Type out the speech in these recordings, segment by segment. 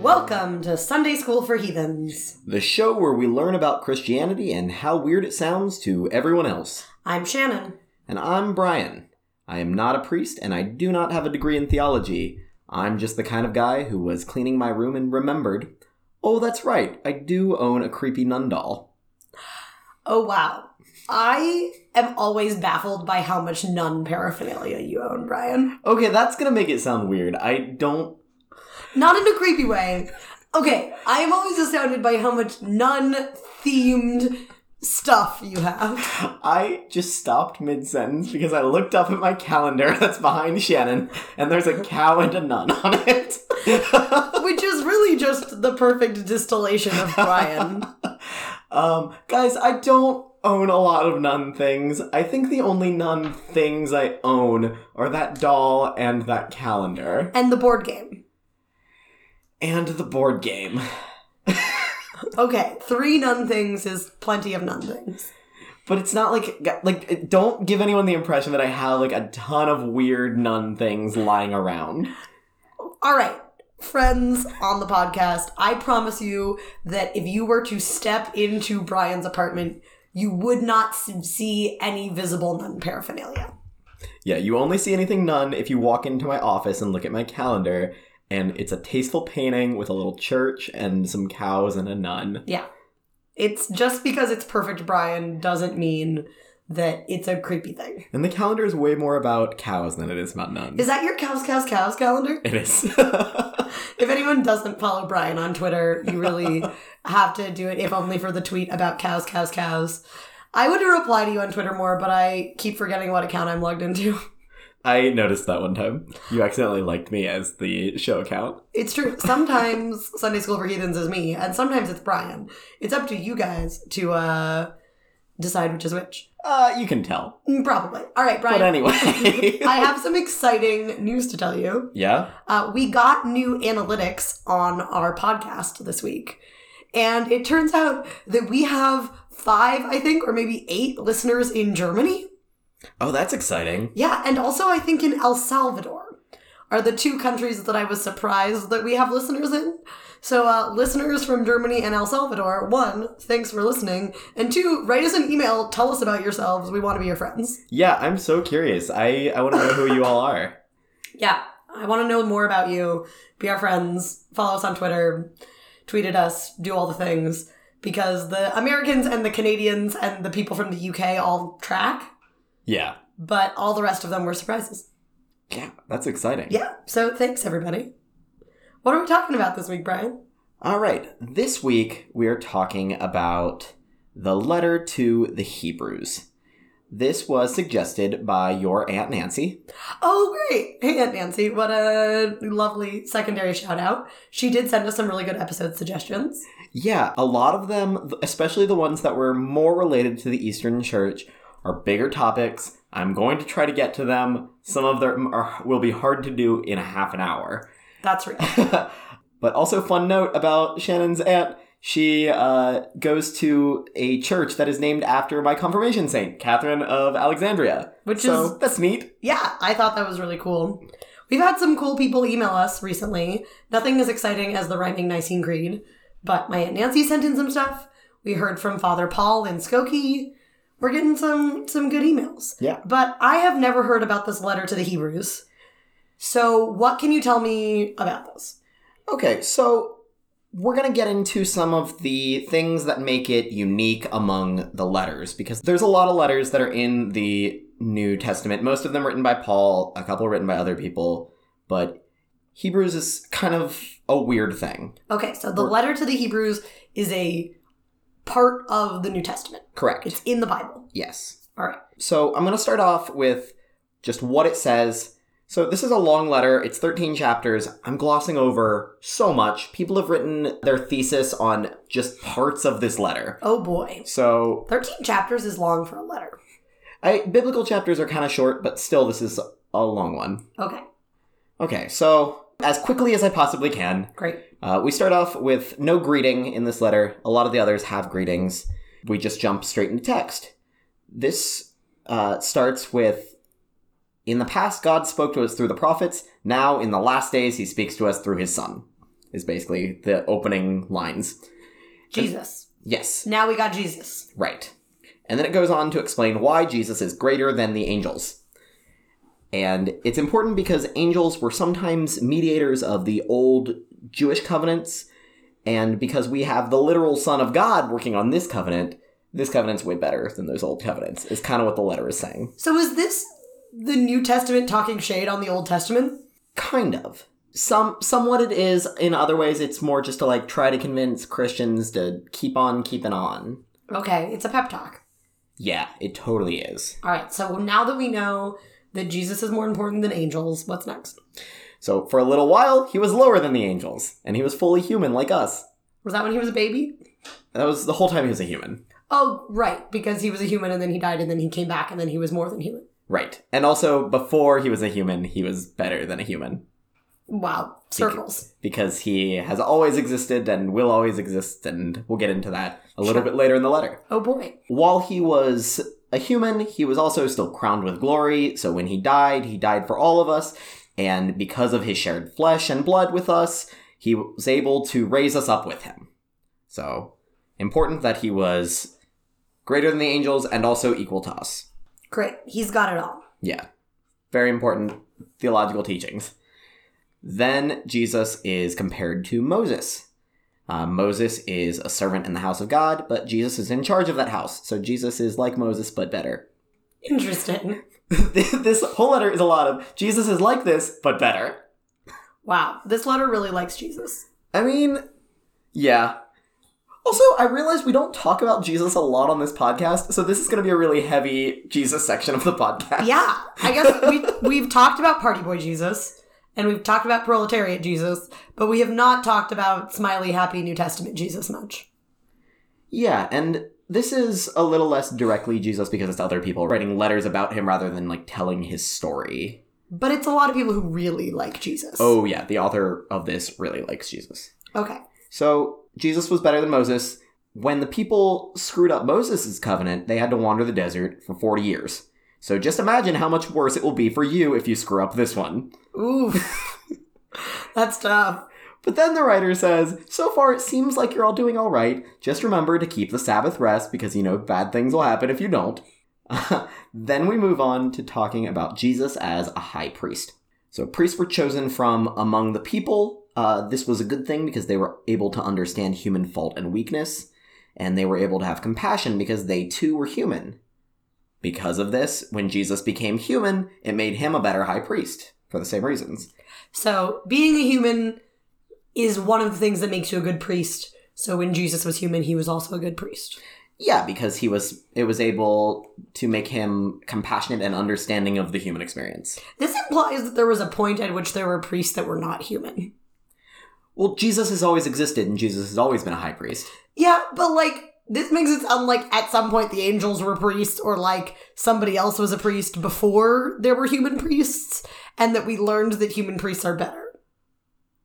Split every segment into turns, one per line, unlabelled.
Welcome to Sunday School for Heathens.
the show where we learn about Christianity and how weird it sounds to everyone else.
I'm Shannon.
And I'm Brian. I am not a priest and I do not have a degree in theology. I'm just the kind of guy who was cleaning my room and remembered oh, that's right, I do own a creepy nun doll.
Oh, wow. I am always baffled by how much nun paraphernalia you own, Brian.
Okay, that's gonna make it sound weird. I don't.
Not in a creepy way. Okay, I am always astounded by how much nun themed stuff you have.
I just stopped mid sentence because I looked up at my calendar that's behind Shannon and there's a cow and a nun on it.
Which is really just the perfect distillation of Brian.
Um, guys, I don't own a lot of nun things. I think the only nun things I own are that doll and that calendar
and the board game.
and the board game.
Okay, three nun things is plenty of nun things.
But it's not like g- like don't give anyone the impression that I have like a ton of weird nun things lying around.
All right, friends on the podcast, I promise you that if you were to step into Brian's apartment, you would not s- see any visible nun paraphernalia.
Yeah, you only see anything nun if you walk into my office and look at my calendar and it's a tasteful painting with a little church and some cows and a nun.
Yeah. It's just because it's perfect, Brian, doesn't mean that it's a creepy thing.
And the calendar is way more about cows than it is about nuns.
Is that your cows, cows, cows calendar?
it is.
If anyone doesn't follow Brian on Twitter, you really have to do it, if only for the tweet about cows, cows, cows. I would reply to you on Twitter more, but I keep forgetting what account I'm logged into.
I noticed that one time. You accidentally liked me as the show account.
It's true. Sometimes Sunday School for Heathens is me, and sometimes it's Brian. It's up to you guys to uh, decide which is which.
Uh, you can tell.
Mm, Probably. All right,
But
Brian.
anyway.
I have some exciting news to tell you.
yeah?
Uh, we got new analytics on our podcast this week. And it turns out that we have five, I think, or maybe eight listeners in Germany.
Oh, that's exciting.
Yeah, and also I think in El Salvador are the two countries that I was surprised that we have listeners in. So, uh, listeners from Germany and El Salvador, one, thanks for listening, and two, write us an email, tell us about yourselves. We want to be your friends.
Yeah, I'm so curious. I, I want to know who you all are.
Yeah, I want to know more about you. Be our friends. Follow us on Twitter. Tweet at us. Do all the things because the Americans and the Canadians and the people from the UK all track,
Yeah.
but all the rest of them were surprises.
Yeah, that's exciting.
Yeah. So thanks everybody. What are we talking about this week, Brian?
All right. This week, we are talking about the letter to the Hebrews. This was suggested by your Aunt Nancy.
Oh, great! Hey, Aunt Nancy, what a lovely secondary shout out. She did send us some really good episode suggestions.
Yeah, a lot of them, especially the ones that were more related to the Eastern Church, are bigger topics. I'm going to try to get to them. Some of them are, will be hard to do in a half an hour.
That's real.
But also, fun note about Shannon's aunt. She uh, goes to a church that is named after my confirmation saint, Catherine of Alexandria.
Which
so,
is-
that's neat.
yeah, I thought that was really cool. We've had some cool people email us recently. Nothing as exciting as the rhyming Nicene Creed, but my Aunt Nancy sent in some stuff. We heard from Father Paul in Skokie. We're getting some some good emails.
Yeah.
But I have never heard about this letter to the Hebrews. So what can you tell me about this?
Okay, so we're going to get into some of the things that make it unique among the letters because there's a lot of letters that are in the New Testament, most of them written by Paul, a couple written by other people, but Hebrews is kind of a weird thing.
Okay, so the letter to the Hebrews is a part of the New Testament.
Correct.
It's in the Bible.
yes.
All right.
So I'm going to start off with just what it says. So this is a long letter. It's 13 chapters. I'm glossing over so much. People have written their thesis on just parts of this letter.
Oh boy.
So
13 chapters is long for a letter.
I, biblical chapters are kind of short, but still, this is a long one.
Okay,
Okay, so as quickly as I possibly can,
great.
uh, we start off with no greeting in this letter. A lot of the others have greetings. We just jump straight into text. This uh, starts with In the past, God spoke to us through the prophets. Now, in the last days, he speaks to us through his son. is basically the opening lines.
Jesus.
Yes,
Now we got Jesus.
right. And then it goes on to explain why Jesus is greater than the angels. And it's important because angels were sometimes mediators of the old Jewish covenants, and because we have the literal Son of God working on this covenant, this covenant's way better than those old covenants, is kind of what the letter is saying.
So is this the New Testament talking shade on the Old Testament?
kind of some somewhat it is in other ways it's more just to like try to convince christians to keep on keeping on
Okay, it's a pep talk.
yeah it totally is
All right, so now that we know that Jesus is more important than angels, what's next?
so for a little while he was lower than the angels and he was fully human like us
Was that when he was a baby?
that was the whole time he was a human
Oh, right, because he was a human and then he died and then he came back and then he was more than human.
right and also before he was a human he was better than a human
Wow, circles.
because he has always existed and will always exist and we'll get into that a little bit later in the letter
Oh boy.
While he was a human, he was also still crowned with glory, so when he died, he died for all of us, and because of his shared flesh and blood with us, he was able to raise us up with him. So, important that he was greater than the angels and also equal to us.
Great. He's got it all.
Yeah. Very important theological teachings. Then Jesus is compared to Moses. Uh, Moses is a servant in the house of God, but Jesus is in charge of that house. So Jesus is like Moses, but better.
Interesting.
this whole letter is a lot of Jesus is like this, but better.
Wow. This letter really likes Jesus.
I mean, yeah. Also, I realize we don't talk about Jesus a lot on this podcast, so this is going to be a really heavy Jesus section of the podcast.
Yeah. I guess we we've talked about Party Boy Jesus and we've talked about Proletariat Jesus, but we have not talked about smiley happy New Testament Jesus much.
Yeah, and this is a little less directly Jesus because it's other people writing letters about him rather than like telling his story.
But it's a lot of people who really like Jesus.
Oh, yeah, the author of this really likes Jesus.
Okay.
So, Jesus was better than Moses. When the people screwed up Moses' covenant, they had to wander the desert for 40 years. So, just imagine how much worse it will be for you if you screw up this one.
Oof. That's tough.
But then the writer says, So far it seems like you're all doing all right. Just remember to keep the Sabbath rest because you know bad things will happen if you don't. then we move on to talking about Jesus as a high priest. So priests were chosen from among the people. Uh, this was a good thing because they were able to understand human fault and weakness, and they were able to have compassion because they too were human. Because of this, when Jesus became human, it made him a better high priest for the same reasons.
So being a human is one of the things that makes you a good priest. So when Jesus was human, he was also a good priest.
Yeah, because he was it was able to make him compassionate and understanding of the human experience.
This implies that there was a point at which there were priests that were not human.
Well, Jesus has always existed and Jesus has always been a high priest.
Yeah, but like this makes it sound like at some point the angels were priests or like somebody else was a priest before there were human priests and that we learned that human priests are better.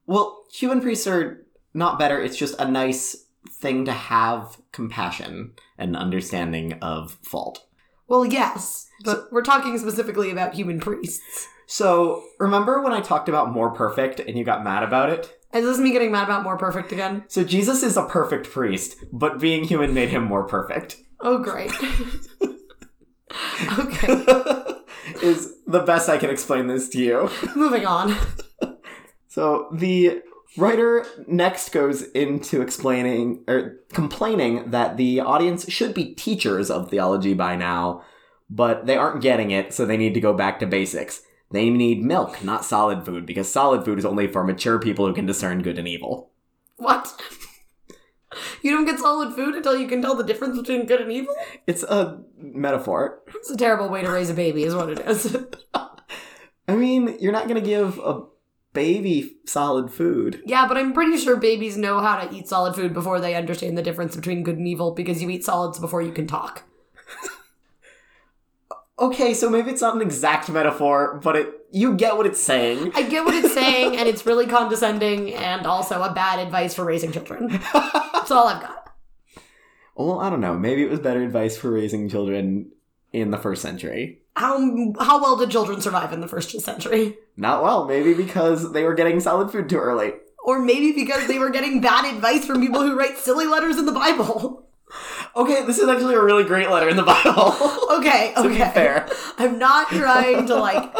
Well, human priests are not better, it's just a nice thing to have compassion and understanding of fault.
Well, yes, but we're talking specifically about human priests.
So, remember when I talked about more perfect and you got mad about it?
Is this me getting mad about more perfect again?
So Jesus is a perfect priest, but being human made him more perfect.
Oh, great. okay,
is the best I can explain this to you.
moving on.
So the writer next goes into explaining or complaining that the audience should be teachers of theology by now, but they aren't getting it, so they need to go back to basics. They need milk, not solid food, because solid food is only for mature people who can discern good and evil.
What? You don't get solid food until you can tell the difference between good and evil?
It's a metaphor.
It's a terrible way to raise a baby, is what it is.
I mean, you're not going to give a baby solid food.
Yeah, but I'm pretty sure babies know how to eat solid food before they understand the difference between good and evil because you eat solids before you can talk.
Okay, so maybe it's not an exact metaphor, but it you get what it's saying.
I get what it's saying, and it's really condescending and also a bad advice for raising children. That's all I've got.
Well, I don't know. Maybe it was better advice for raising children in the first century.
How how well did children survive in the first century?
Not well, maybe because they were getting solid food too early.
Or maybe because they were getting bad advice from people who write silly letters in the Bible.
Okay, this is actually a really great letter in the Bible.
Okay,
to be
okay.
fair.
I'm not trying to like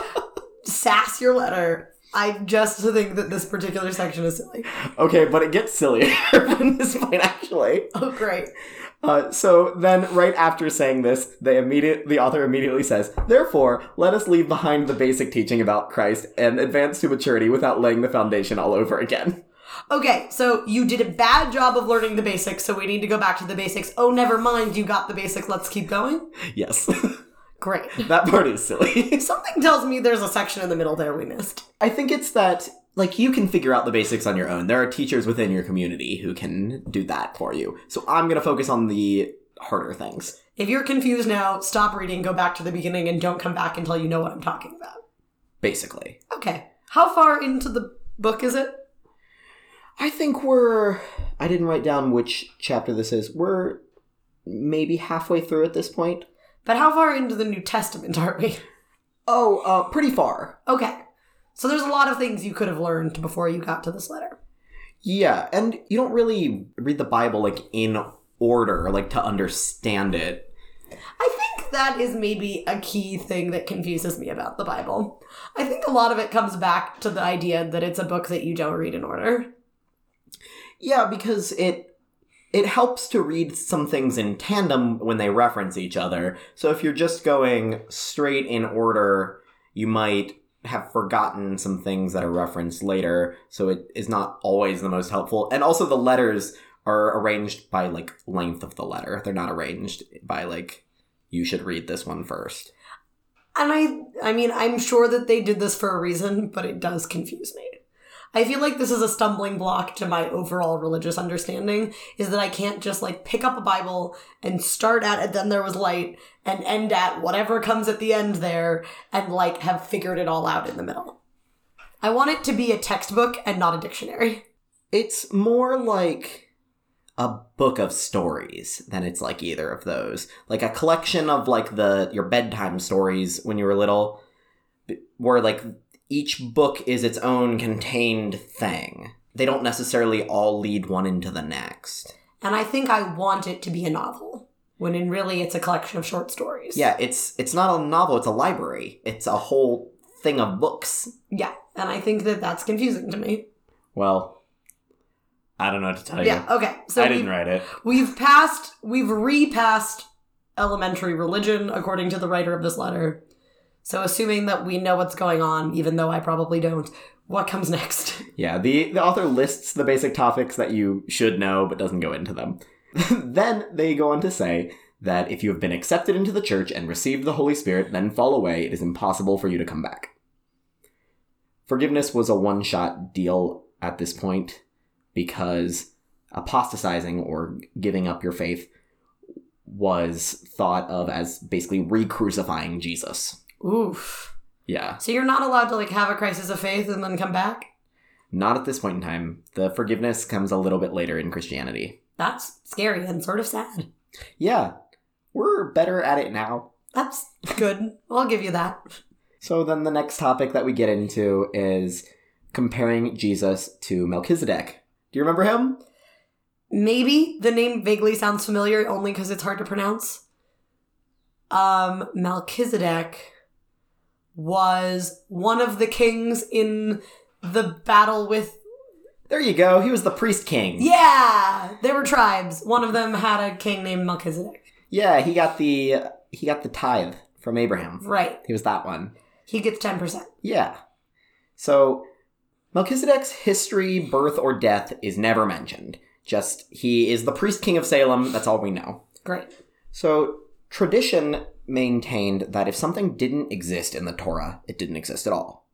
sass your letter. I just think that this particular section is silly.
Okay, but it gets sillier from this point, actually.
Oh, great.
Uh, so then, right after saying this, they immediate the author immediately says, "Therefore, let us leave behind the basic teaching about Christ and advance to maturity without laying the foundation all over again."
Okay, so you did a bad job of learning the basics, so we need to go back to the basics. Oh, never mind, you got the basics. Let's keep going.
Yes,
Great.
that part is silly.
Something tells me there's a section in the middle there we missed.
I think it's that like you can figure out the basics on your own. There are teachers within your community who can do that for you. So I'm gonna focus on the harder things.
If you're confused now, stop reading, go back to the beginning, and don't come back until you know what I'm talking about.
basically.
Okay. How far into the book is it?
I think we're. I didn't write down which chapter this is. We're maybe halfway through at this point.
But how far into the New Testament are we?
Oh, uh, pretty far.
Okay. So there's a lot of things you could have learned before you got to this letter.
Yeah, and you don't really read the Bible like in order, like to understand it.
I think that is maybe a key thing that confuses me about the Bible. I think a lot of it comes back to the idea that it's a book that you don't read in order.
Yeah, because it it helps to read some things in tandem when they reference each other. So if you're just going straight in order, you might have forgotten some things that are referenced later, so it is not always the most helpful. And also the letters are arranged by like length of the letter. They're not arranged by like you should read this one first.
And I I mean, I'm sure that they did this for a reason, but it does confuse me. I feel like this is a stumbling block to my overall religious understanding is that I can't just like pick up a Bible and start at and then there was light and end at whatever comes at the end there and like have figured it all out in the middle. I want it to be a textbook and not a dictionary.
It's more like a book of stories than it's like either of those. Like a collection of like the your bedtime stories when you were little b- where like each book is its own contained thing. They don't necessarily all lead one into the next.
And I think I want it to be a novel when in really it's a collection of short stories.
Yeah, it's it's not a novel, it's a library. It's a whole thing of books.
Yeah. And I think that that's confusing to me.
Well, I don't know what to tell
Yeah. Okay.
you.
So
I
we-
didn't write it.
We've passed, we've repassed elementary religion, according to the writer of this letter. So, assuming that we know what's going on, even though I probably don't, what comes next?
Yeah, the, the author lists the basic topics that you should know but doesn't go into them. then they go on to say that if you have been accepted into the church and received the Holy Spirit, then fall away, it is impossible for you to come back. Forgiveness was a one shot deal at this point because apostatizing or giving up your faith was thought of as basically re crucifying Jesus.
Oof.
Yeah.
So, you're not allowed to like have a crisis of faith and then come back?
Not at this point in time. The forgiveness comes a little bit later in Christianity.
That's scary and sort of sad.
Yeah, we're better at it now.
That's good. I'll give you that.
So then the next topic that we get into is comparing Jesus to Melchizedek. Do you remember him?
Maybe the name vaguely sounds familiar only because it's hard to pronounce. Um, Melchizedek was one of the kings in the battle with.
There you go. He was the priest king.
Yeah! There were tribes. One of them had a king named Melchizedek.
Yeah, he got the he got the tithe from Abraham.
Right.
He was that one.
He gets 10%.
Yeah. So Melchizedek's history, birth or death is never mentioned. Just he is the priest king of Salem. That's all we know.
Great.
So, tradition maintained that if something didn't exist in the Torah, it didn't exist at all.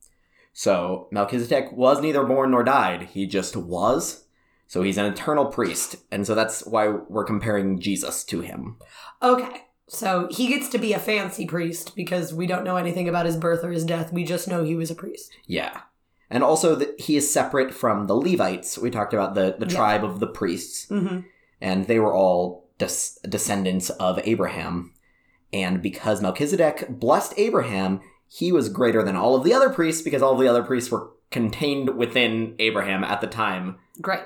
So, Melchizedek was neither born nor died, he just was. So, he's an eternal priest. And so, that's why we're comparing Jesus to him.
Okay. So he gets to be a fancy priest because we don't know anything about his birth or his death. We just know he was a priest.
Yeah. And also, that he is separate from the Levites. We talked about the, the
Yeah.
tribe of the priests,
Mm-hmm.
and they were all des- descendants of Abraham. And because Melchizedek blessed Abraham, he was greater than all of the other priests because all of the other priests were contained within Abraham at the time.
Great.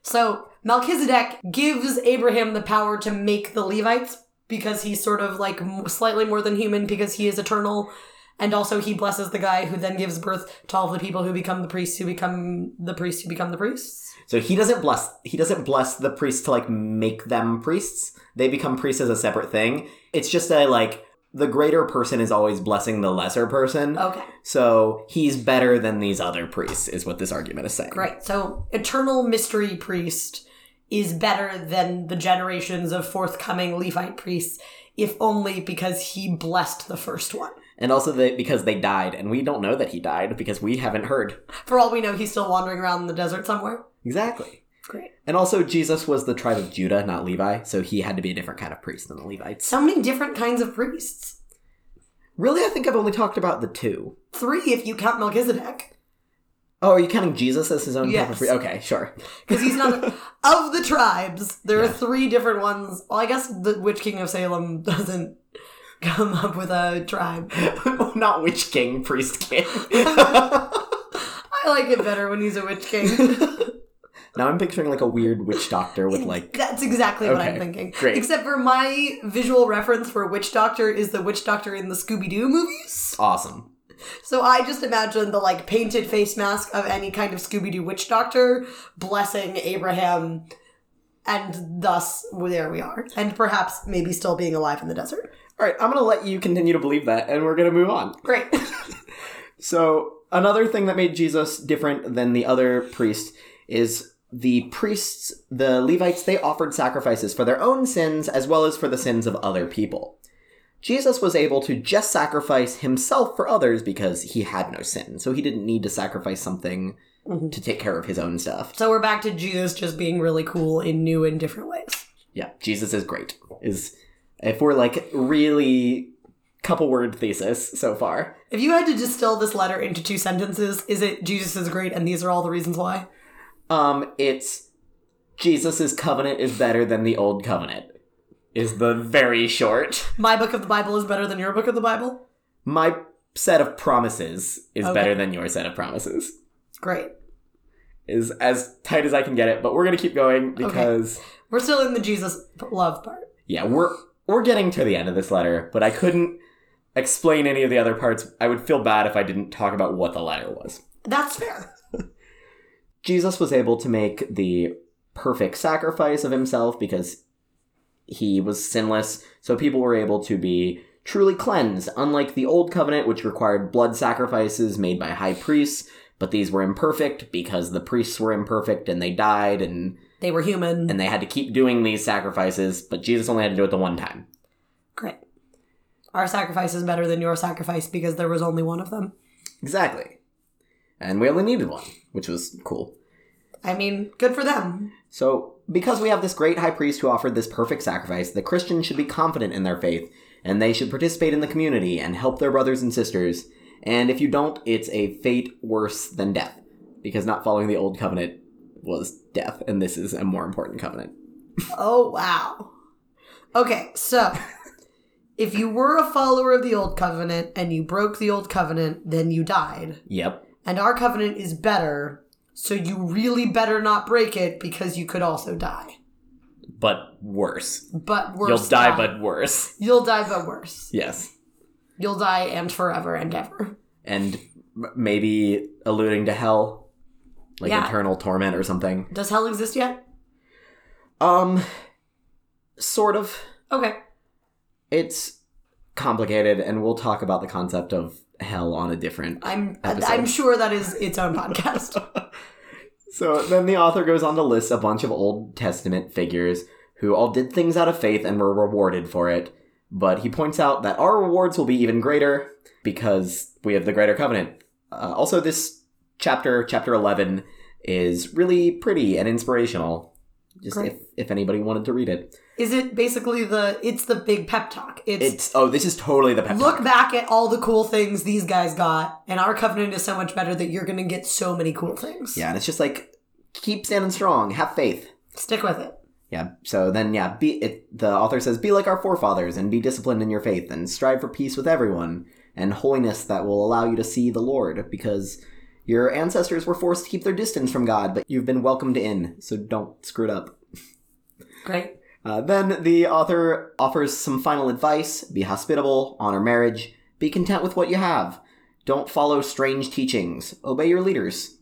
So Melchizedek gives Abraham the power to make the Levites because he's sort of like m- slightly more than human because he is eternal. And also, he blesses the guy who then gives birth to all of the people who become the priests, who become the priests, who become the priests.
So he doesn't bless he doesn't bless the priests to like make them priests. They become priests as a separate thing. It's just a like the greater person is always blessing the lesser person.
Okay,
So he's better than these other priests, is what this argument is saying.
great. So, eternal mystery priest is better than the generations of forthcoming Levite priests, if only because he blessed the first one.
And also that because they died, and we don't know that he died because we haven't heard.
For all we know, he's still wandering around in the desert somewhere.
Exactly.
Great.
And also Jesus was the tribe of Judah, not Levi, so he had to be a different kind of priest than the Levites.
So many different kinds of priests.
Really, I think I've only talked about the two.
Three, if you count Melchizedek.
Oh, are you counting Jesus as his own type
Yes.
of priest? Okay, sure.
because he's not of the tribes. There are
Yeah.
three different ones. Well, I guess the Witch King of Salem doesn't come up with a tribe.
not witch king, priest king.
I like it better when he's a witch king.
now I'm picturing like a weird witch doctor with like
That's exactly what I'm
Okay,
thinking.
great.
Except for my visual reference for witch doctor is the witch doctor in the Scooby Doo movies.
awesome.
So I just imagine the like painted face mask of any kind of Scooby Doo witch doctor blessing Abraham. And thus, there we are. And perhaps maybe still being alive in the desert.
All right, I'm going to let you continue to believe that and we're going to move on.
Great.
So another thing that made Jesus different than the other priest is the priests, the Levites, they offered sacrifices for their own sins as well as for the sins of other people. Jesus was able to just sacrifice himself for others because he had no sin. So he didn't need to sacrifice something
Mhm.
to take care of his own stuff.
So we're back to Jesus just being really cool in new and different ways.
Yeah, Jesus is great. Is if we're like really couple word thesis so far.
If you had to distill this letter into two sentences, is it Jesus is great and these are all the reasons why?
Um, it's Jesus' covenant is better than the old covenant. Is the very short.
My book of the Bible is better than your book of the Bible?
My set of promises is
Okay.
better than your set of promises.
Great.
Is as tight as I can get it, but we're gonna keep going because
We're still in the Jesus love part.
yeah, we're we're getting to the end of this letter, but I couldn't explain any of the other parts. I would feel bad if I didn't talk about what the letter was.
That's fair.
Jesus was able to make the perfect sacrifice of himself because he was sinless, so people were able to be truly cleansed, unlike the Old Covenant, which required blood sacrifices made by high priests, but these were imperfect because the priests were imperfect and they died and,
They were human.
and they had to keep doing these sacrifices, but Jesus only had to do it the one time.
Great. Our sacrifice is better than your sacrifice because there was only one of them.
Exactly. And we only needed one, which was cool.
I mean, good for them.
So, because we have this great high priest who offered this perfect sacrifice, the Christians should be confident in their faith, and they should participate in the community and help their brothers and sisters. And if you don't, it's a fate worse than death, because not following the old covenant was death, and this is a more important covenant.
Oh, wow. Okay, so if you were a follower of the Old Covenant and you broke the Old Covenant, then you died.
Yep.
And our covenant is better, so you really better not break it because you could also die.
But worse.
But worse.
You'll die, but worse.
You'll die, but worse.
Yes.
You'll die and forever and ever.
And m- maybe alluding to hell, like
Yeah.
eternal torment or something.
Does hell exist yet?
Um, sort of.
Okay.
it's complicated and we'll talk about the concept of hell on a different
I'm
Episode.
I'm sure that is its own podcast.
so then the author goes on to list a bunch of old testament figures who all did things out of faith and were rewarded for it but he points out that our rewards will be even greater because we have the greater covenant uh, also this chapter chapter 11 is really pretty and inspirational just
Great.
if, if anybody wanted to read it
is it basically the it's the big pep talk. It's
it's oh this is totally the pep
look
talk.
back at all the cool things these guys got, and our covenant is so much better that you're gonna get so many cool things.
yeah and it's just like keep standing strong have faith
Stick with it.
Yeah. So then, yeah, be it, the author says, "Be like our forefathers and be disciplined in your faith and strive for peace with everyone and holiness that will allow you to see the Lord because your ancestors were forced to keep their distance from God, but you've been welcomed in, so don't screw it up.
Great.
Uh, then the author offers some final advice be hospitable, honor marriage, be content with what you have, don't follow strange teachings, obey your leaders.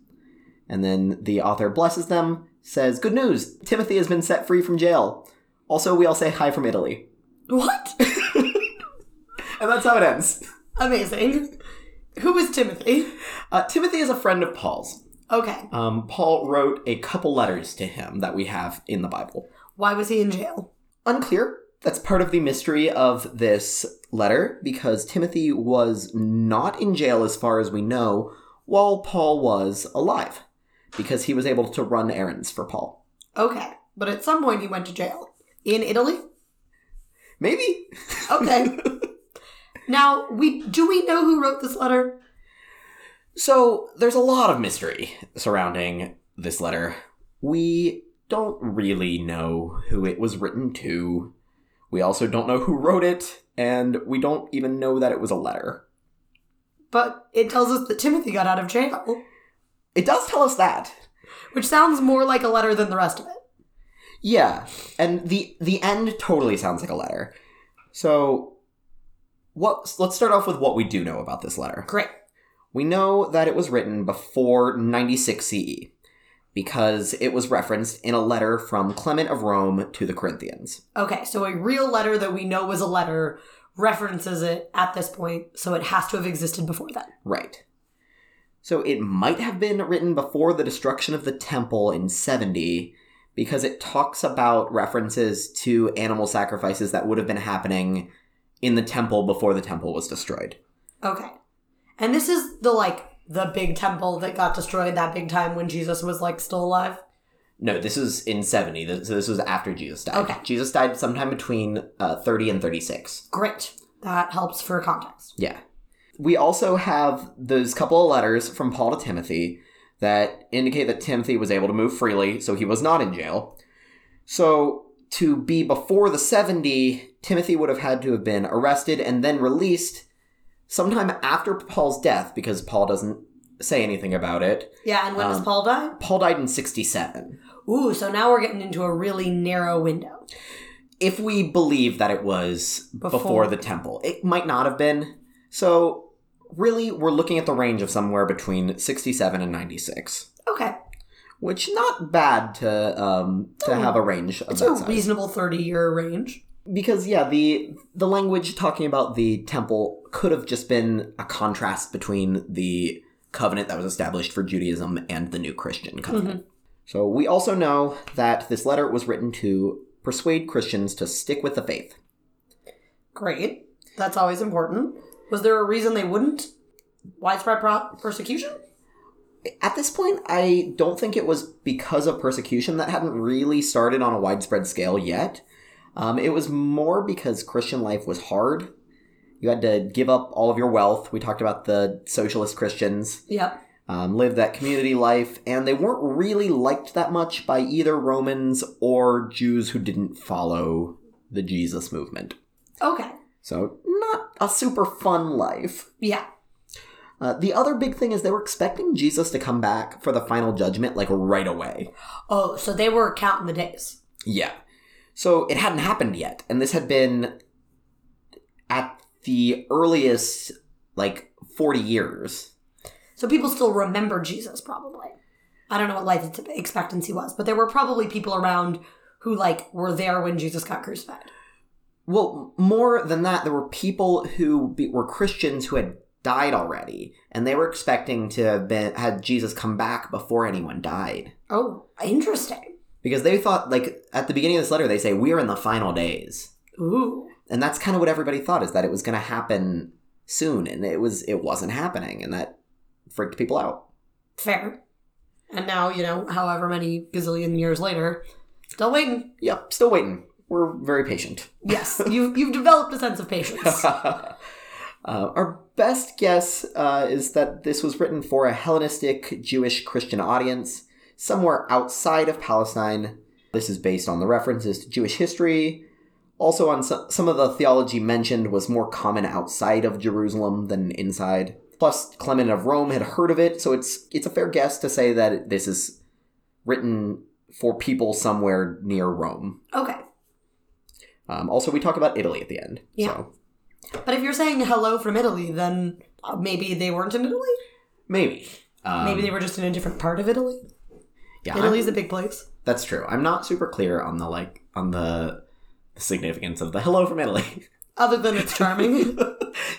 And then the author blesses them, says, Good news, Timothy has been set free from jail. Also, we all say hi from Italy.
What?
And that's how it ends.
Amazing. Who is Timothy?
Uh, Timothy is a friend of Paul's.
Okay.
Um, Paul wrote a couple letters to him that we have in the Bible.
Why was he in jail?
Unclear. That's part of the mystery of this letter because Timothy was not in jail as far as we know while Paul was alive because he was able to run errands for Paul.
Okay. But at some point he went to jail. In Italy?
Maybe.
Okay. now, we do we know who wrote this letter?
So there's a lot of mystery surrounding this letter. We don't really know who it was written to. We also don't know who wrote it, and we don't even know that it was a letter.
But it tells us that Timothy got out of jail,
It does tell us that.
which sounds more like a letter than the rest of it.
Yeah, and the the end totally sounds like a letter. So what let's start off with what we do know about this letter.
Great.
We know that it was written before 96 CE because it was referenced in a letter from Clement of Rome to the Corinthians.
Okay, so a real letter that we know is a letter references it at this point, so it has to have existed before then.
Right. So it might have been written before the destruction of the temple in 70 because it talks about references to animal sacrifices that would have been happening in the temple before the temple was destroyed.
Okay. And this is the like the big temple that got destroyed that big time when Jesus was like still alive.
No, this is in 70. th- So this was after Jesus died.
Okay.
Jesus died sometime between uh, 30 and 36.
Great. That helps for context.
Yeah. We also have those couple of letters from Paul to Timothy that indicate that Timothy was able to move freely, so he was not in jail. So, to be before the 70, Timothy would have had to have been arrested and then released sometime after Paul's death because Paul doesn't say anything about it.
Yeah, and when does
Um,
Paul die?
Paul died in 67.
Ooh, so now we're getting into a really narrow window.
if we believe that it was before,
Before.
the temple, it might not have been. So, really, we're looking at the range of somewhere between 67 and 96,
Okay.
which not bad to um, to
No,
have a range of
Oh, It's
that
a
size.
reasonable 30 year range.
because yeah, the the language talking about the temple could have just been a contrast between the covenant that was established for Judaism and the new Christian
Mm-hmm.
covenant. So we also know that this letter was written to persuade Christians to stick with the faith.
Great. That's always important. Was there a reason they wouldn't? Widespread pro- persecution?
At this point, I don't think it was because of persecution that hadn't really started on a widespread scale yet. Um, it was more because Christian life was hard. You had to give up all of your wealth. We talked about the socialist Christians,
Yep.
um, live that community life, and they weren't really liked that much by either Romans or Jews who didn't follow the Jesus movement.
Okay.
So, not a super fun life.
Yeah.
Uh, the other big thing is they were expecting Jesus to come back for the final judgment, like right away.
Oh, so they were counting the days.
Yeah. So it hadn't happened yet, and this had been at the earliest, like, 40 years.
So people still remember Jesus, probably. I don't know what life expectancy was, but there were probably people around who like were there when Jesus got crucified.
Well, more than that, there were people who be, were Christians who had died already, and they were expecting to have been, had Jesus come back before anyone died.
Oh, interesting.
Because they thought, like, at the beginning of this letter, they say, We are in the final days.
Ooh.
and that's kind of what everybody thought is that it was going to happen soon and it was it wasn't happening and that freaked people out
Fair. And now, you know, however many gazillion years later, still waiting.
yep still waiting we're very patient
Yes, you've, you've developed a sense of patience.
uh, our best guess uh, is that this was written for a hellenistic jewish christian audience somewhere outside of palestine this is based on the references to jewish history Also, on some, some of the theology mentioned was more common outside of Jerusalem than inside. Plus, Clement of Rome had heard of it, so it's it's a fair guess to say that this is written for people somewhere near Rome.
Okay.
Um, also, we talk about Italy at the end.
Yeah.
So
But if you're saying hello from Italy, then uh, maybe they weren't in Italy?
maybe. Um,
Maybe they were just in a different part of Italy?
Yeah, I'm-
Italy's a big place.
that's true. I'm not super clear on the like on the significance of the hello from Italy.
Other than it's charming.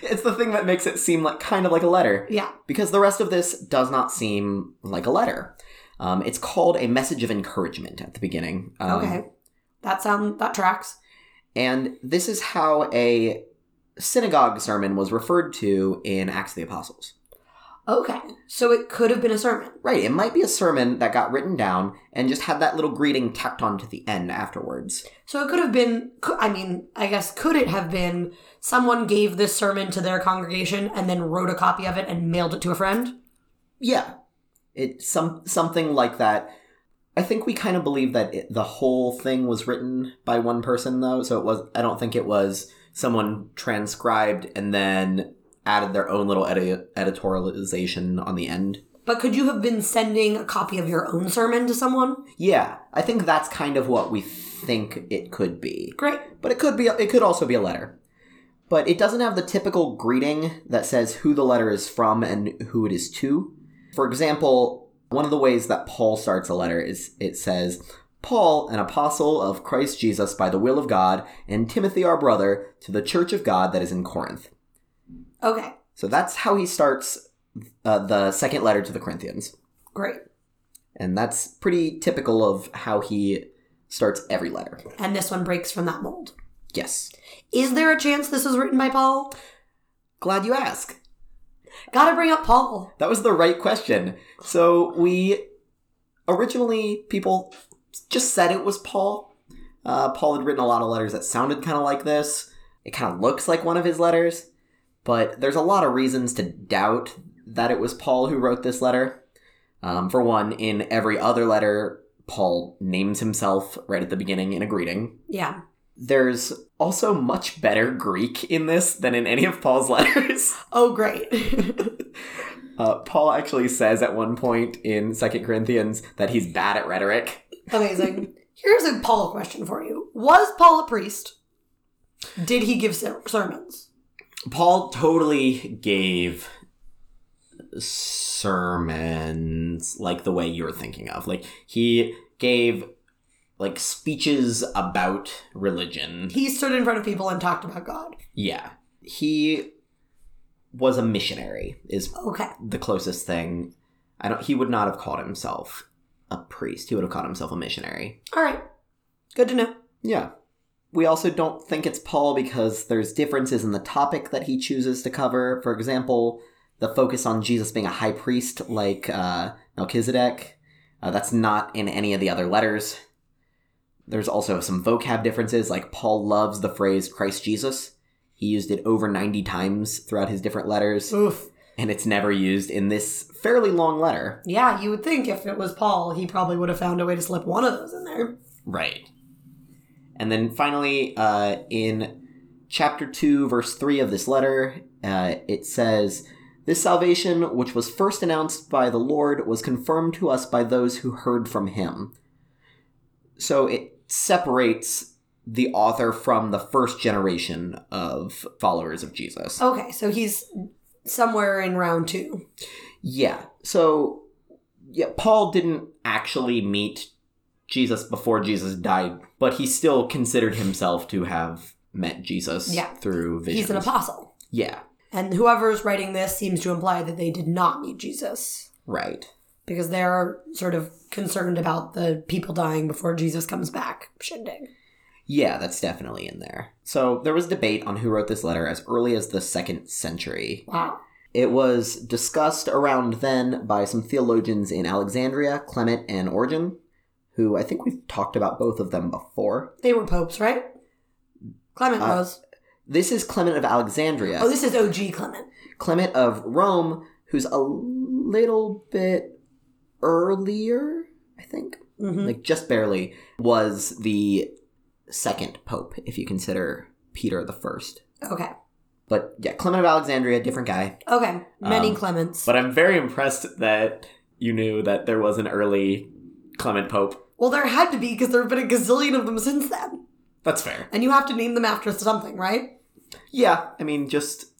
it's the thing that makes it seem like kind of like a letter.
yeah.
because the rest of this does not seem like a letter. Um, it's called a message of encouragement at the beginning. Um,
Okay. That sound that tracks.
And this is how a synagogue sermon was referred to in Acts of the Apostles.
Okay. So it could have been a sermon.
Right, it might be a sermon that got written down and just had that little greeting tacked on to the end afterwards.
So it could have been, cou- I mean, I guess, could it have been someone gave this sermon to their congregation and then wrote a copy of it and mailed it to a friend?
Yeah, it some something like that. I think we kind of believe that it, the whole thing was written by one person though, so it was. I don't think it was someone transcribed and then added their own little edi- editorialization on the end.
But could you have been sending a copy of your own sermon to someone?
Yeah, I think that's kind of what we think it could be.
Great.
But it could be it could also be a letter. But it doesn't have the typical greeting that says who the letter is from and who it is to. For example, one of the ways that Paul starts a letter is it says, Paul, an apostle of Christ Jesus by the will of God, and Timothy our brother, to the church of God that is in Corinth.
Okay.
So that's how he starts uh, the second letter to the Corinthians.
Great.
And that's pretty typical of how he starts every letter.
And this one breaks from that mold.
Yes.
Is there a chance this was written by Paul?
Glad you ask.
Gotta bring up Paul.
That was the right question. So we originally people just said it was Paul. Uh, Paul had written a lot of letters that sounded kind of like this. It kind of looks like one of his letters, but there's a lot of reasons to doubt that it was Paul who wrote this letter. Um, for one, in every other letter, Paul names himself right at the beginning in a greeting.
Yeah.
There's also much better Greek in this than in any of Paul's letters.
Oh, great.
Uh, Paul actually says at one point in Second Corinthians that he's bad at rhetoric.
Amazing. Here's a Paul question for you Was Paul a priest? Did he give ser- sermons?
Paul totally gave sermons like the way you're thinking of. Like he gave like speeches about religion.
He stood in front of people and talked about God.
Yeah. He was a missionary is
Okay.
the closest thing. I don't he would not have called himself a priest. He would have called himself a missionary.
All right. Good to know.
Yeah. We also don't think it's Paul because there's differences in the topic that he chooses to cover. For example, the focus on Jesus being a high priest like uh, Melchizedek. Uh, that's not in any of the other letters. There's also some vocab differences, like Paul loves the phrase Christ Jesus. He used it over 90 times throughout his different letters,
Oof.
and it's never used in this fairly long letter.
Yeah, you would think if it was Paul, he probably would have found a way to slip one of those in there.
Right. And then finally, uh, in chapter 2, verse 3 of this letter, uh, it says, This salvation, which was first announced by the Lord, was confirmed to us by those who heard from him. So it separates the author from the first generation of followers of Jesus.
Okay, so he's somewhere in round two.
Yeah. So, yeah, Paul didn't actually meet Jesus before Jesus died, but he still considered himself to have met Jesus
Yeah.
through visions.
He's an apostle.
Yeah,
And whoever's writing this seems to imply that they did not meet Jesus
right.
because they're sort of concerned about the people dying before Jesus comes back. Shindig.
Yeah, that's definitely in there. So, there was debate on who wrote this letter as early as the second century.
Wow.
It was discussed around then by some theologians in Alexandria, Clement and Origen, who I think we've talked about both of them before.
They were popes, right? Clement
Uh,
was.
This is Clement of Alexandria.
Oh, this is OG Clement.
Clement of Rome, who's a little bit earlier, I think,
hmm
Mm.
like just barely, was the second pope if you consider Peter the first.
Okay.
But yeah, Clement of Alexandria, different guy.
Okay. Many
Um,
Clements.
But I'm very impressed that you knew that there was an early Clement Pope.
well, there had to be because there have been a gazillion of them since then.
That's fair.
And you have to name them after something, right?
Yeah, I mean, just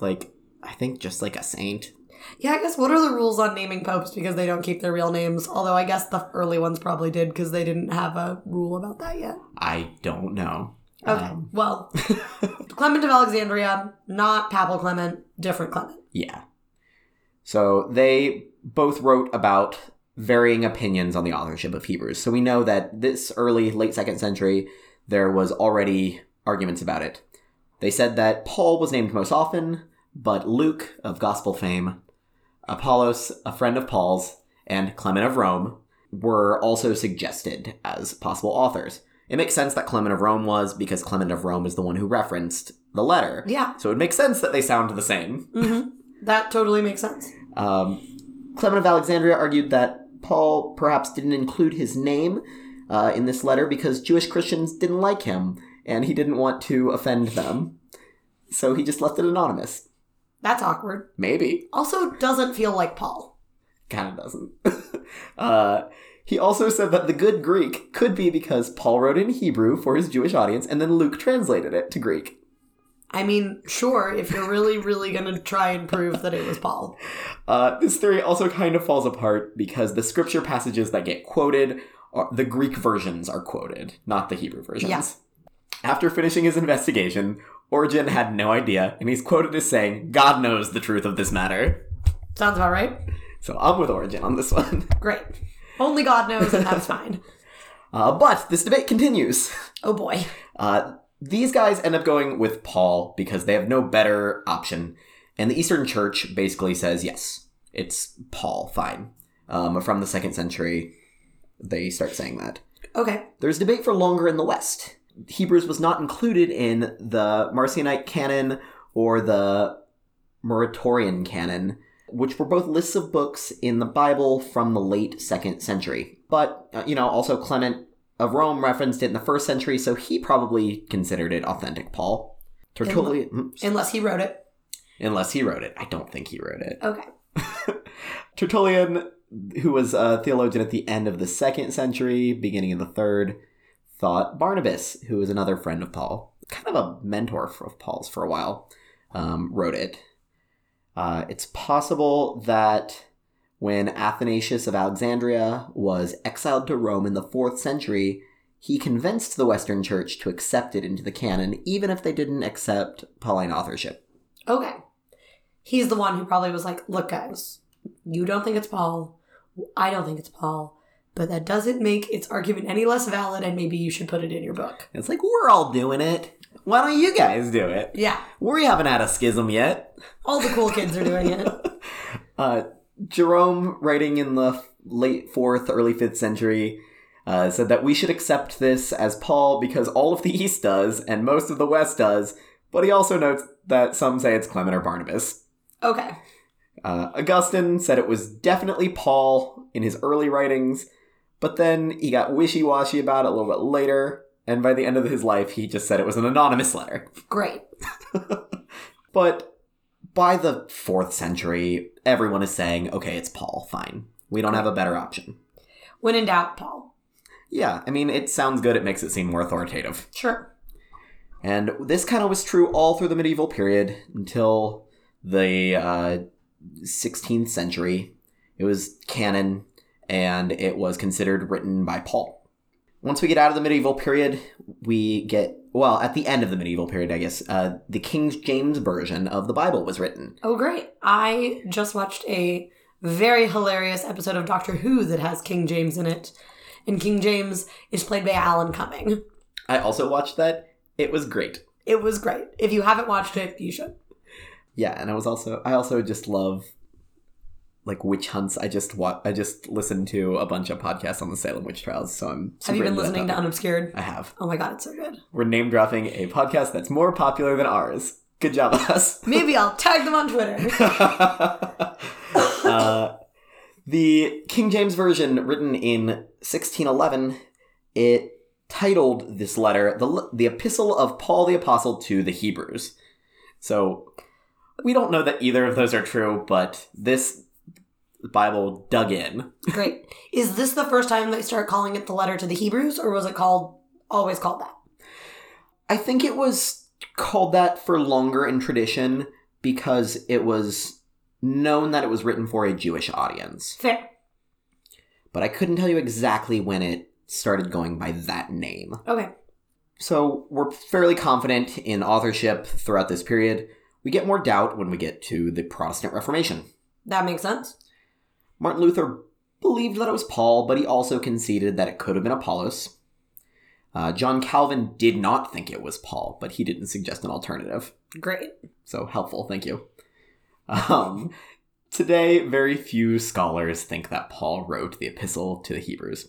like I think just like a saint.
Yeah, I guess what are the rules on naming popes because they don't keep their real names? Although I guess the early ones probably did because they didn't have a rule about that yet.
I don't know.
Okay.
Um,
well, Clement of Alexandria, not Papal Clement, different Clement.
yeah. So they both wrote about varying opinions on the authorship of Hebrews. So we know that this early late second century there was already arguments about it. They said that Paul was named most often, but Luke of gospel fame, Apollos, a friend of Paul's, and Clement of Rome were also suggested as possible authors. It makes sense that Clement of Rome was because Clement of Rome is the one who referenced the letter.
Yeah.
So it makes sense that they sound the same.
hmm that totally makes sense.
Um, Clement of Alexandria argued that Paul perhaps didn't include his name uh, in this letter because Jewish Christians didn't like him and he didn't want to offend them. So he just left it anonymous.
That's awkward.
Maybe.
Also, doesn't feel like Paul.
Kind of doesn't. uh, he also said that the good Greek could be because Paul wrote in Hebrew for his Jewish audience and then Luke translated it to Greek.
I mean, sure, if you're really, really gonna try and prove that it was Paul.
Uh, this theory also kind of falls apart because the scripture passages that get quoted are the Greek versions are quoted, not the Hebrew versions.
Yeah.
After finishing his investigation, Origen had no idea, and he's quoted as saying, God knows the truth of this matter.
Sounds about right.
So I'm with Origen on this one.
Great. Only God knows, and that's fine.
Uh, but this debate continues.
Oh boy.
Uh, these guys end up going with Paul because they have no better option. And the Eastern Church basically says, yes, it's Paul, fine. Um, from the second century, they start saying that.
Okay.
There's debate for longer in the West. Hebrews was not included in the Marcionite canon or the Muratorian canon, which were both lists of books in the Bible from the late second century. But, uh, you know, also Clement of Rome referenced it in the first century, so he probably considered it authentic, Paul. Tertullian, mm,
Unless he wrote it.
unless he wrote it. I don't think he wrote it.
Okay.
Tertullian, who was a theologian at the end of the second century, beginning of the third, thought Barnabas, who was another friend of Paul, kind of a mentor f- of Paul's for a while, um, wrote it. Uh, it's possible that when Athanasius of Alexandria was exiled to Rome in the fourth century, he convinced the Western Church to accept it into the canon, even if they didn't accept Pauline authorship.
Okay. He's the one who probably was like, look, guys, you don't think it's Paul. I don't think it's Paul. But that doesn't make its argument any less valid, and maybe you should put it in your book.
It's like, we're all doing it. Why don't you guys do it?
Yeah.
We haven't had a schism yet.
All the cool kids are doing it.
Uh, Jerome, writing in the f- late 4th, early 5th century, uh, said that we should accept this as Paul because all of the East does and most of the West does, but he also notes that some say it's Clement or Barnabas.
Okay.
Uh, Augustine said it was definitely Paul in his early writings, but then he got wishy washy about it a little bit later, and by the end of his life, he just said it was an anonymous letter.
Great.
But by the fourth century, everyone is saying, okay, it's Paul, fine. We don't have a better option.
When in doubt, Paul.
Yeah, I mean, it sounds good, it makes it seem more authoritative.
Sure.
And this kind of was true all through the medieval period until the uh, 16th century. It was canon, and it was considered written by Paul. Once we get out of the medieval period, we get, well, at the end of the medieval period, I guess, uh, the King James Version of the Bible was written.
Oh, great. I just watched a very hilarious episode of Doctor Who that has King James in it. And King James is played by Alan Cumming.
I also watched that. It was great.
It was great. If you haven't watched it, you should.
Yeah, and I was also I also just love like witch hunts. I just wa- I just listened to a bunch of podcasts on the Salem witch trials, so I'm
Have
super
you been
into that
listening to
topic.
Unobscured?
I have.
Oh my god, it's so good.
We're name dropping a podcast that's more popular than ours. Good job, us.
Maybe I'll tag them on Twitter.
Uh, the King James version, written in 1611, it titled this letter the, l- the Epistle of Paul the Apostle to the Hebrews. So we don't know that either of those are true, but this Bible dug in.
Great. Is this the first time they start calling it the letter to the Hebrews, or was it called always called that?
I think it was called that for longer in tradition because it was known that it was written for a Jewish audience.
Fair.
But I couldn't tell you exactly when it started going by that name.
Okay.
So we're fairly confident in authorship throughout this period. We get more doubt when we get to the Protestant Reformation.
That makes sense.
Martin Luther believed that it was Paul, but he also conceded that it could have been Apollos. Uh, John Calvin did not think it was Paul, but he didn't suggest an alternative.
Great.
So helpful, thank you. Um, today, very few scholars think that Paul wrote the epistle to the Hebrews.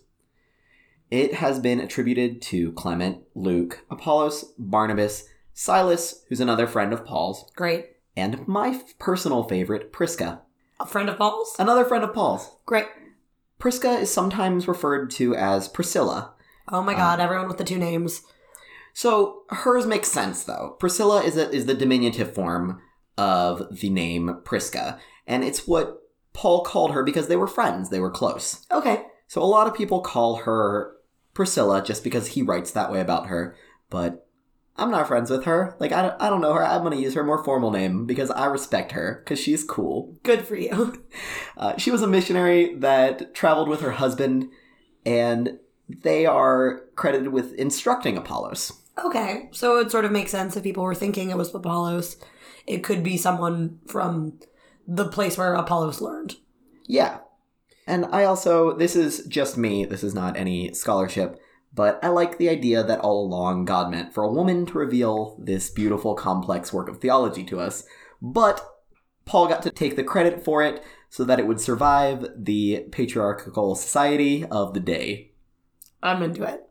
It has been attributed to Clement, Luke, Apollos, Barnabas, Silas, who's another friend of Paul's,
Great.
and my f- personal favorite, Prisca,
A friend of Paul's?
another friend of Paul's.
Great.
Prisca is sometimes referred to as Priscilla.
Oh my god, everyone with the two names.
So hers makes sense though. Priscilla is a, is the diminutive form of the name Prisca, and it's what Paul called her because they were friends, they were close.
Okay.
So a lot of people call her Priscilla just because he writes that way about her, but I'm not friends with her. Like I don't, I don't know her. I'm going to use her more formal name because I respect her cuz she's cool.
Good for you.
Uh, she was a missionary that traveled with her husband, and they are credited with instructing Apollos.
Okay. So it sort of makes sense if people were thinking it was Apollos. It could be someone from the place where Apollos learned.
Yeah. And I also, this is just me, this is not any scholarship, but I like the idea that all along God meant for a woman to reveal this beautiful, complex work of theology to us, but Paul got to take the credit for it so that it would survive the patriarchal society of the day.
I'm into it.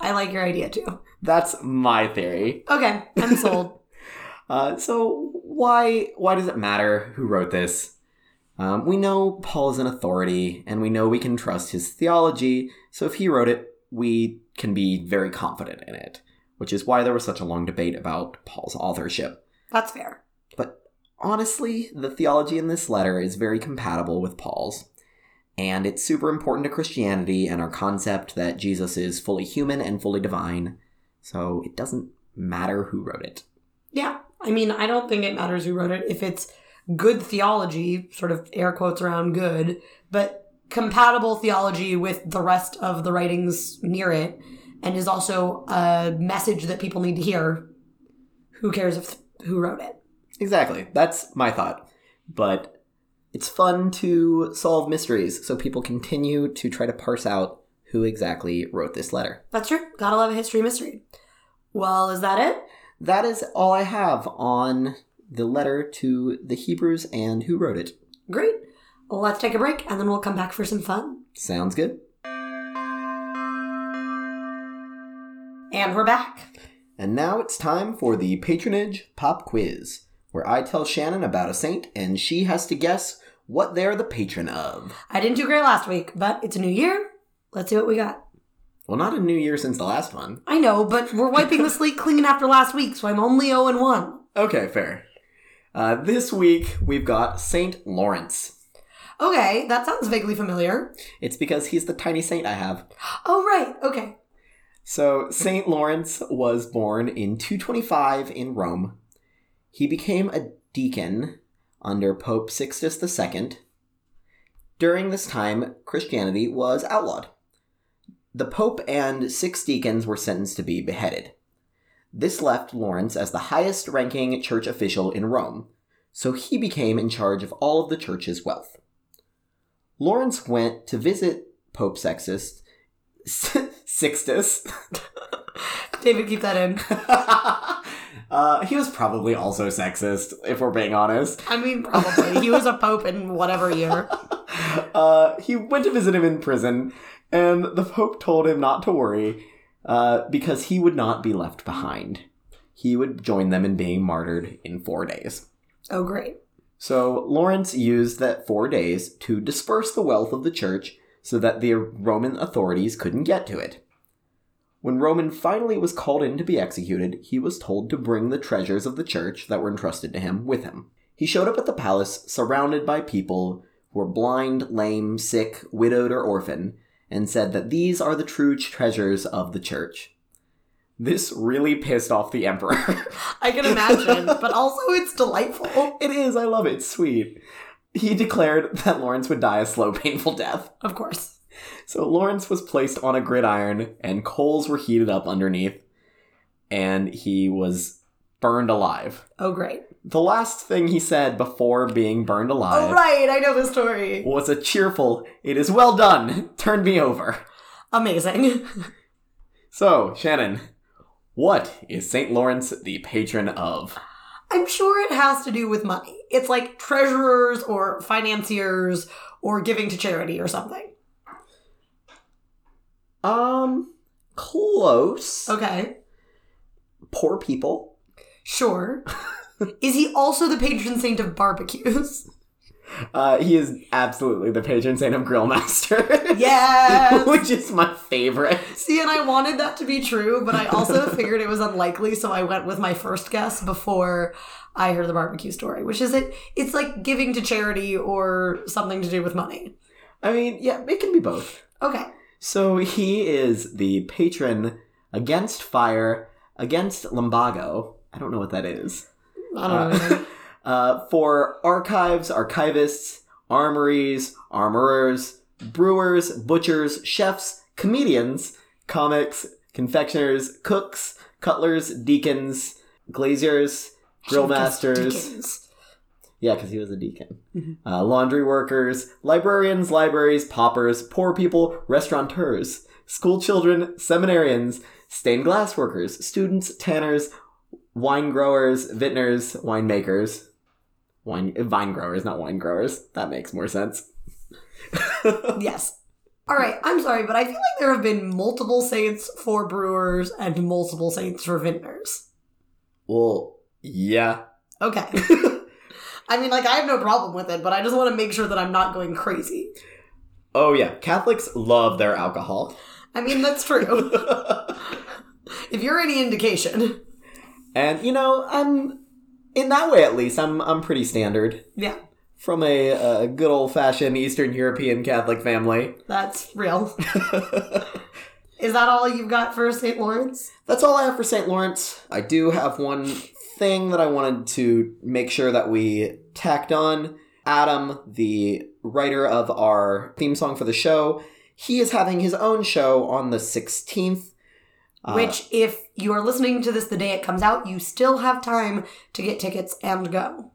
I like your idea too.
That's my theory.
Okay. I'm sold.
Uh, so why why does it matter who wrote this? Um, we know Paul is an authority, and we know we can trust his theology. So if he wrote it, we can be very confident in it, which is why there was such a long debate about Paul's authorship.
That's fair.
Honestly, the theology in this letter is very compatible with Paul's, and it's super important to Christianity and our concept that Jesus is fully human and fully divine. So it doesn't matter who wrote it.
Yeah. I mean, I don't think it matters who wrote it if it's good theology, sort of air quotes around good, but compatible theology with the rest of the writings near it and is also a message that people need to hear. Who cares if who wrote it?
Exactly. That's my thought. But it's fun to solve mysteries, so people continue to try to parse out who exactly wrote this letter.
That's true. Gotta love a history mystery. Well, is that it?
That is all I have on the letter to the Hebrews and who wrote it.
Great. Let's take a break and then we'll come back for some fun.
Sounds good.
And we're back.
And now it's time for the patronage pop quiz, where I tell Shannon about a saint and she has to guess what they're the patron of.
I didn't do great last week, but it's a new year. Let's see what we got.
Well, not a new year since the last one.
I know, but we're wiping the slate clean after last week, so I'm only 0 and 1.
Okay, fair. Uh, this week we've got Saint Lawrence.
Okay, that sounds vaguely familiar.
It's because he's the tiny saint I have.
Oh, right, okay.
So Saint Lawrence was born in 225 in Rome. He became a deacon under Pope Sixtus II. During this time, Christianity was outlawed. The Pope and six deacons were sentenced to be beheaded. This left Lawrence as the highest ranking church official in Rome, so he became in charge of all of the church's wealth. Lawrence went to visit Pope Sextus, Sixtus.
David, keep that in.
uh, he was probably also sexist, if we're being honest.
I mean, probably. He was a pope in whatever year.
Uh, he went to visit him in prison, and the Pope told him not to worry uh, because he would not be left behind. He would join them in being martyred in four days.
Oh, great.
So Lawrence used that four days to disperse the wealth of the church so that the Roman authorities couldn't get to it. When Roman finally was called in to be executed, he was told to bring the treasures of the church that were entrusted to him with him. He showed up at the palace surrounded by people who were blind, lame, sick, widowed, or orphan, and said that these are the true treasures of the church.
This really pissed off the emperor.
I can imagine, but also it's delightful,
It is, I love it, sweet. He declared that Lawrence would die a slow, painful death.
of course.
So Lawrence was placed on a gridiron, and coals were heated up underneath, and he was burned alive.
Oh, great.
The last thing he said before being burned alive
Oh, right. I know the story.
was a cheerful, It is well done, turn me over.
Amazing.
So, Shannon, what is St. Lawrence the patron of?
I'm sure it has to do with money. It's like treasurers or financiers or giving to charity or something.
Um, close.
Okay.
Poor people.
Sure. Is he also the patron saint of barbecues?
Uh, he is absolutely the patron saint of Grillmaster.
Yes.
Which is my favorite.
See, and I wanted that to be true, but I also figured it was unlikely, so I went with my first guess before I heard the barbecue story, which is it it's like giving to charity or something to do with money.
I mean, yeah, it can be both.
Okay.
So he is the patron against fire, against lumbago. I don't know what that is.
I don't know. anything.
Uh, for archives, archivists, armories, armorers, brewers, butchers, chefs, comedians, comics, confectioners, cooks, cutlers, deacons, glaziers, grill masters.
Dickens.
Yeah, because he was a deacon. Uh, laundry workers, librarians, libraries, paupers, poor people, restaurateurs, school children, seminarians, stained glass workers, students, tanners, wine growers, vintners, winemakers. Wine, eh, vine growers, not wine growers. That makes more sense.
Yes. All right, I'm sorry, but I feel like there have been multiple saints for brewers and multiple saints for vintners.
Well, yeah.
Okay. I mean, like, I have no problem with it, but I just want to make sure that I'm not going crazy.
Oh, yeah. Catholics love their alcohol.
I mean, that's true. if you're any indication.
and, you know, I'm, in that way at least, I'm, I'm pretty standard.
Yeah,
from a, uh good old fashioned Eastern European Catholic family.
that's real. Is that all you've got for St. Lawrence?
That's all I have for St. Lawrence. I do have one thing that I wanted to make sure that we tacked on. Adam, the writer of our theme song for the show, he is having his own show on the 16th. Uh,
Which, if you are listening to this the day it comes out, you still have time to get tickets and go.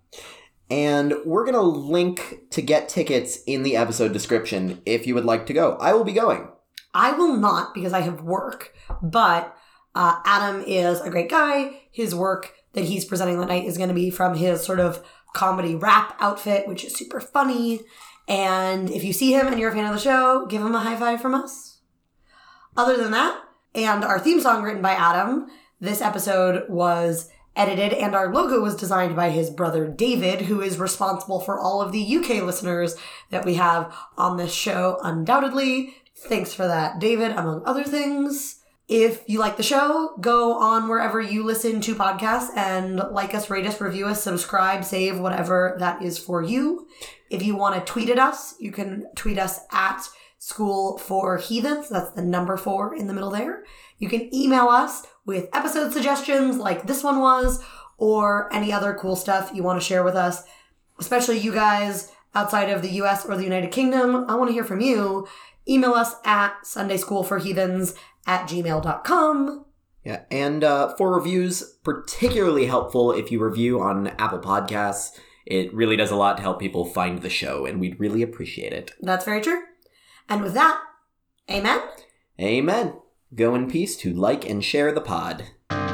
And we're going to link to get tickets in the episode description if you would like to go. I will be going.
I will not because I have work, but uh, Adam is a great guy. His work that he's presenting that night is going to be from his sort of comedy rap outfit, which is super funny. And if you see him and you're a fan of the show, give him a high five from us. Other than that, and our theme song written by Adam, this episode was edited and our logo was designed by his brother David, who is responsible for all of the UK listeners that we have on this show, undoubtedly. Thanks for that, David, among other things. If you like the show, go on wherever you listen to podcasts and like us, rate us, review us, subscribe, save, whatever that is for you. If you want to tweet at us, you can tweet us at School for Heathens. That's the number four in the middle there. You can email us with episode suggestions like this one was, or any other cool stuff you want to share with us, especially you guys outside of the US or the United Kingdom. I want to hear from you. Email us at sundayschoolforheathens at gmail.com.
Yeah, and uh, for reviews, particularly helpful if you review on Apple Podcasts. It really does a lot to help people find the show, and we'd really appreciate it.
That's very true. And with that, amen.
Amen. Go in peace to like and share the pod.